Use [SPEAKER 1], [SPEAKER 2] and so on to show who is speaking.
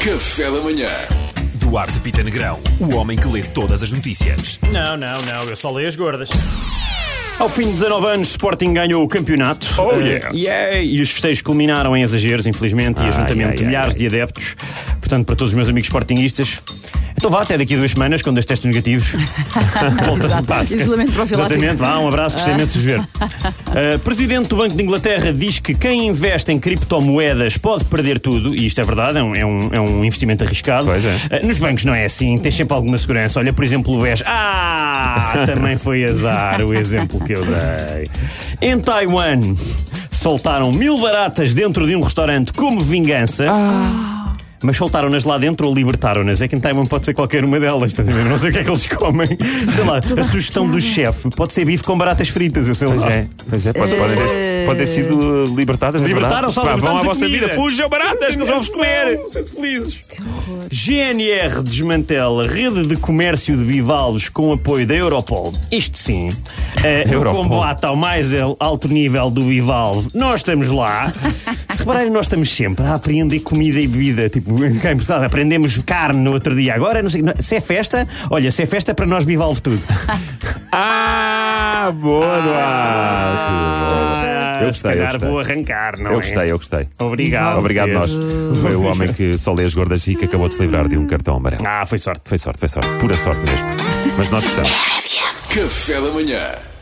[SPEAKER 1] Café da Manhã.
[SPEAKER 2] Duarte Pita Negrão, o homem que lê todas as notícias.
[SPEAKER 3] Não, não, não, eu só leio as gordas. Ao fim de 19 anos, Sporting ganhou o campeonato.
[SPEAKER 2] Oh,
[SPEAKER 3] Eh,
[SPEAKER 2] yeah.
[SPEAKER 3] yeah, E os festejos culminaram em exageros, infelizmente, e
[SPEAKER 2] Ai,
[SPEAKER 3] ajuntamento de
[SPEAKER 2] ai, ai,
[SPEAKER 3] milhares
[SPEAKER 2] ai.
[SPEAKER 3] de adeptos. Portanto, para todos os meus amigos sportinguistas, então vá até daqui a duas semanas, quando os testes negativos. Volta
[SPEAKER 4] Exato. Isolamento profilático.
[SPEAKER 3] Exatamente, vá, um abraço, gostei imenso de ver. Eh, Presidente do Banco de Inglaterra diz que quem investe em criptomoedas pode perder tudo, e isto é verdade, é um, é um- é um investimento arriscado.
[SPEAKER 2] Pois é.
[SPEAKER 3] Eh, Nos bancos não é assim, tens sempre alguma segurança. Olha, por exemplo, o BES. Ah, também foi azar o exemplo que eu dei. Em Taiwan, soltaram mil baratas dentro de um restaurante como vingança. Mas soltaram-nas lá dentro ou libertaram-nas? É que em Taiwan pode ser qualquer uma delas, estás a ver? Não sei o que é que eles comem. Sei lá, a sugestão do chefe pode ser bife com baratas fritas, eu sei
[SPEAKER 2] Pois
[SPEAKER 3] lá.
[SPEAKER 2] é, pois é, pode, pode ter, pode ter sido libertadas. é
[SPEAKER 3] Libertaram, só
[SPEAKER 2] verdade. Pá, Vão à
[SPEAKER 3] libertaram-se a
[SPEAKER 2] vossa
[SPEAKER 3] comida.
[SPEAKER 2] vida, fujam baratas que eles vão-vos comer.
[SPEAKER 3] felizes. GNR desmantela rede de comércio de bivalves com apoio da Europol. Isto sim. É, o
[SPEAKER 2] Europol.
[SPEAKER 3] combate ao mais el- alto nível do bivalve. Nós estamos lá. Se repararem, nós estamos sempre a aprender comida e bebida. Tipo, cá em Portugal aprendemos carne no outro dia. Agora, não sei, se é festa, olha, se é festa, para nós bivalve tudo.
[SPEAKER 2] Ah, boa, Duarte.
[SPEAKER 3] Ah,
[SPEAKER 2] Ah, Eu
[SPEAKER 3] se
[SPEAKER 2] gostei, eu
[SPEAKER 3] calhar
[SPEAKER 2] gostei.
[SPEAKER 3] vou arrancar, não é?
[SPEAKER 2] Eu gostei, eu gostei.
[SPEAKER 3] Obrigado.
[SPEAKER 2] Obrigado, nós. Foi o homem que só lê as gordas e que acabou de se livrar de um cartão amarelo.
[SPEAKER 3] Ah, foi sorte.
[SPEAKER 2] Foi sorte, foi sorte. Pura sorte mesmo. Mas nós gostamos.
[SPEAKER 1] Café da Manhã.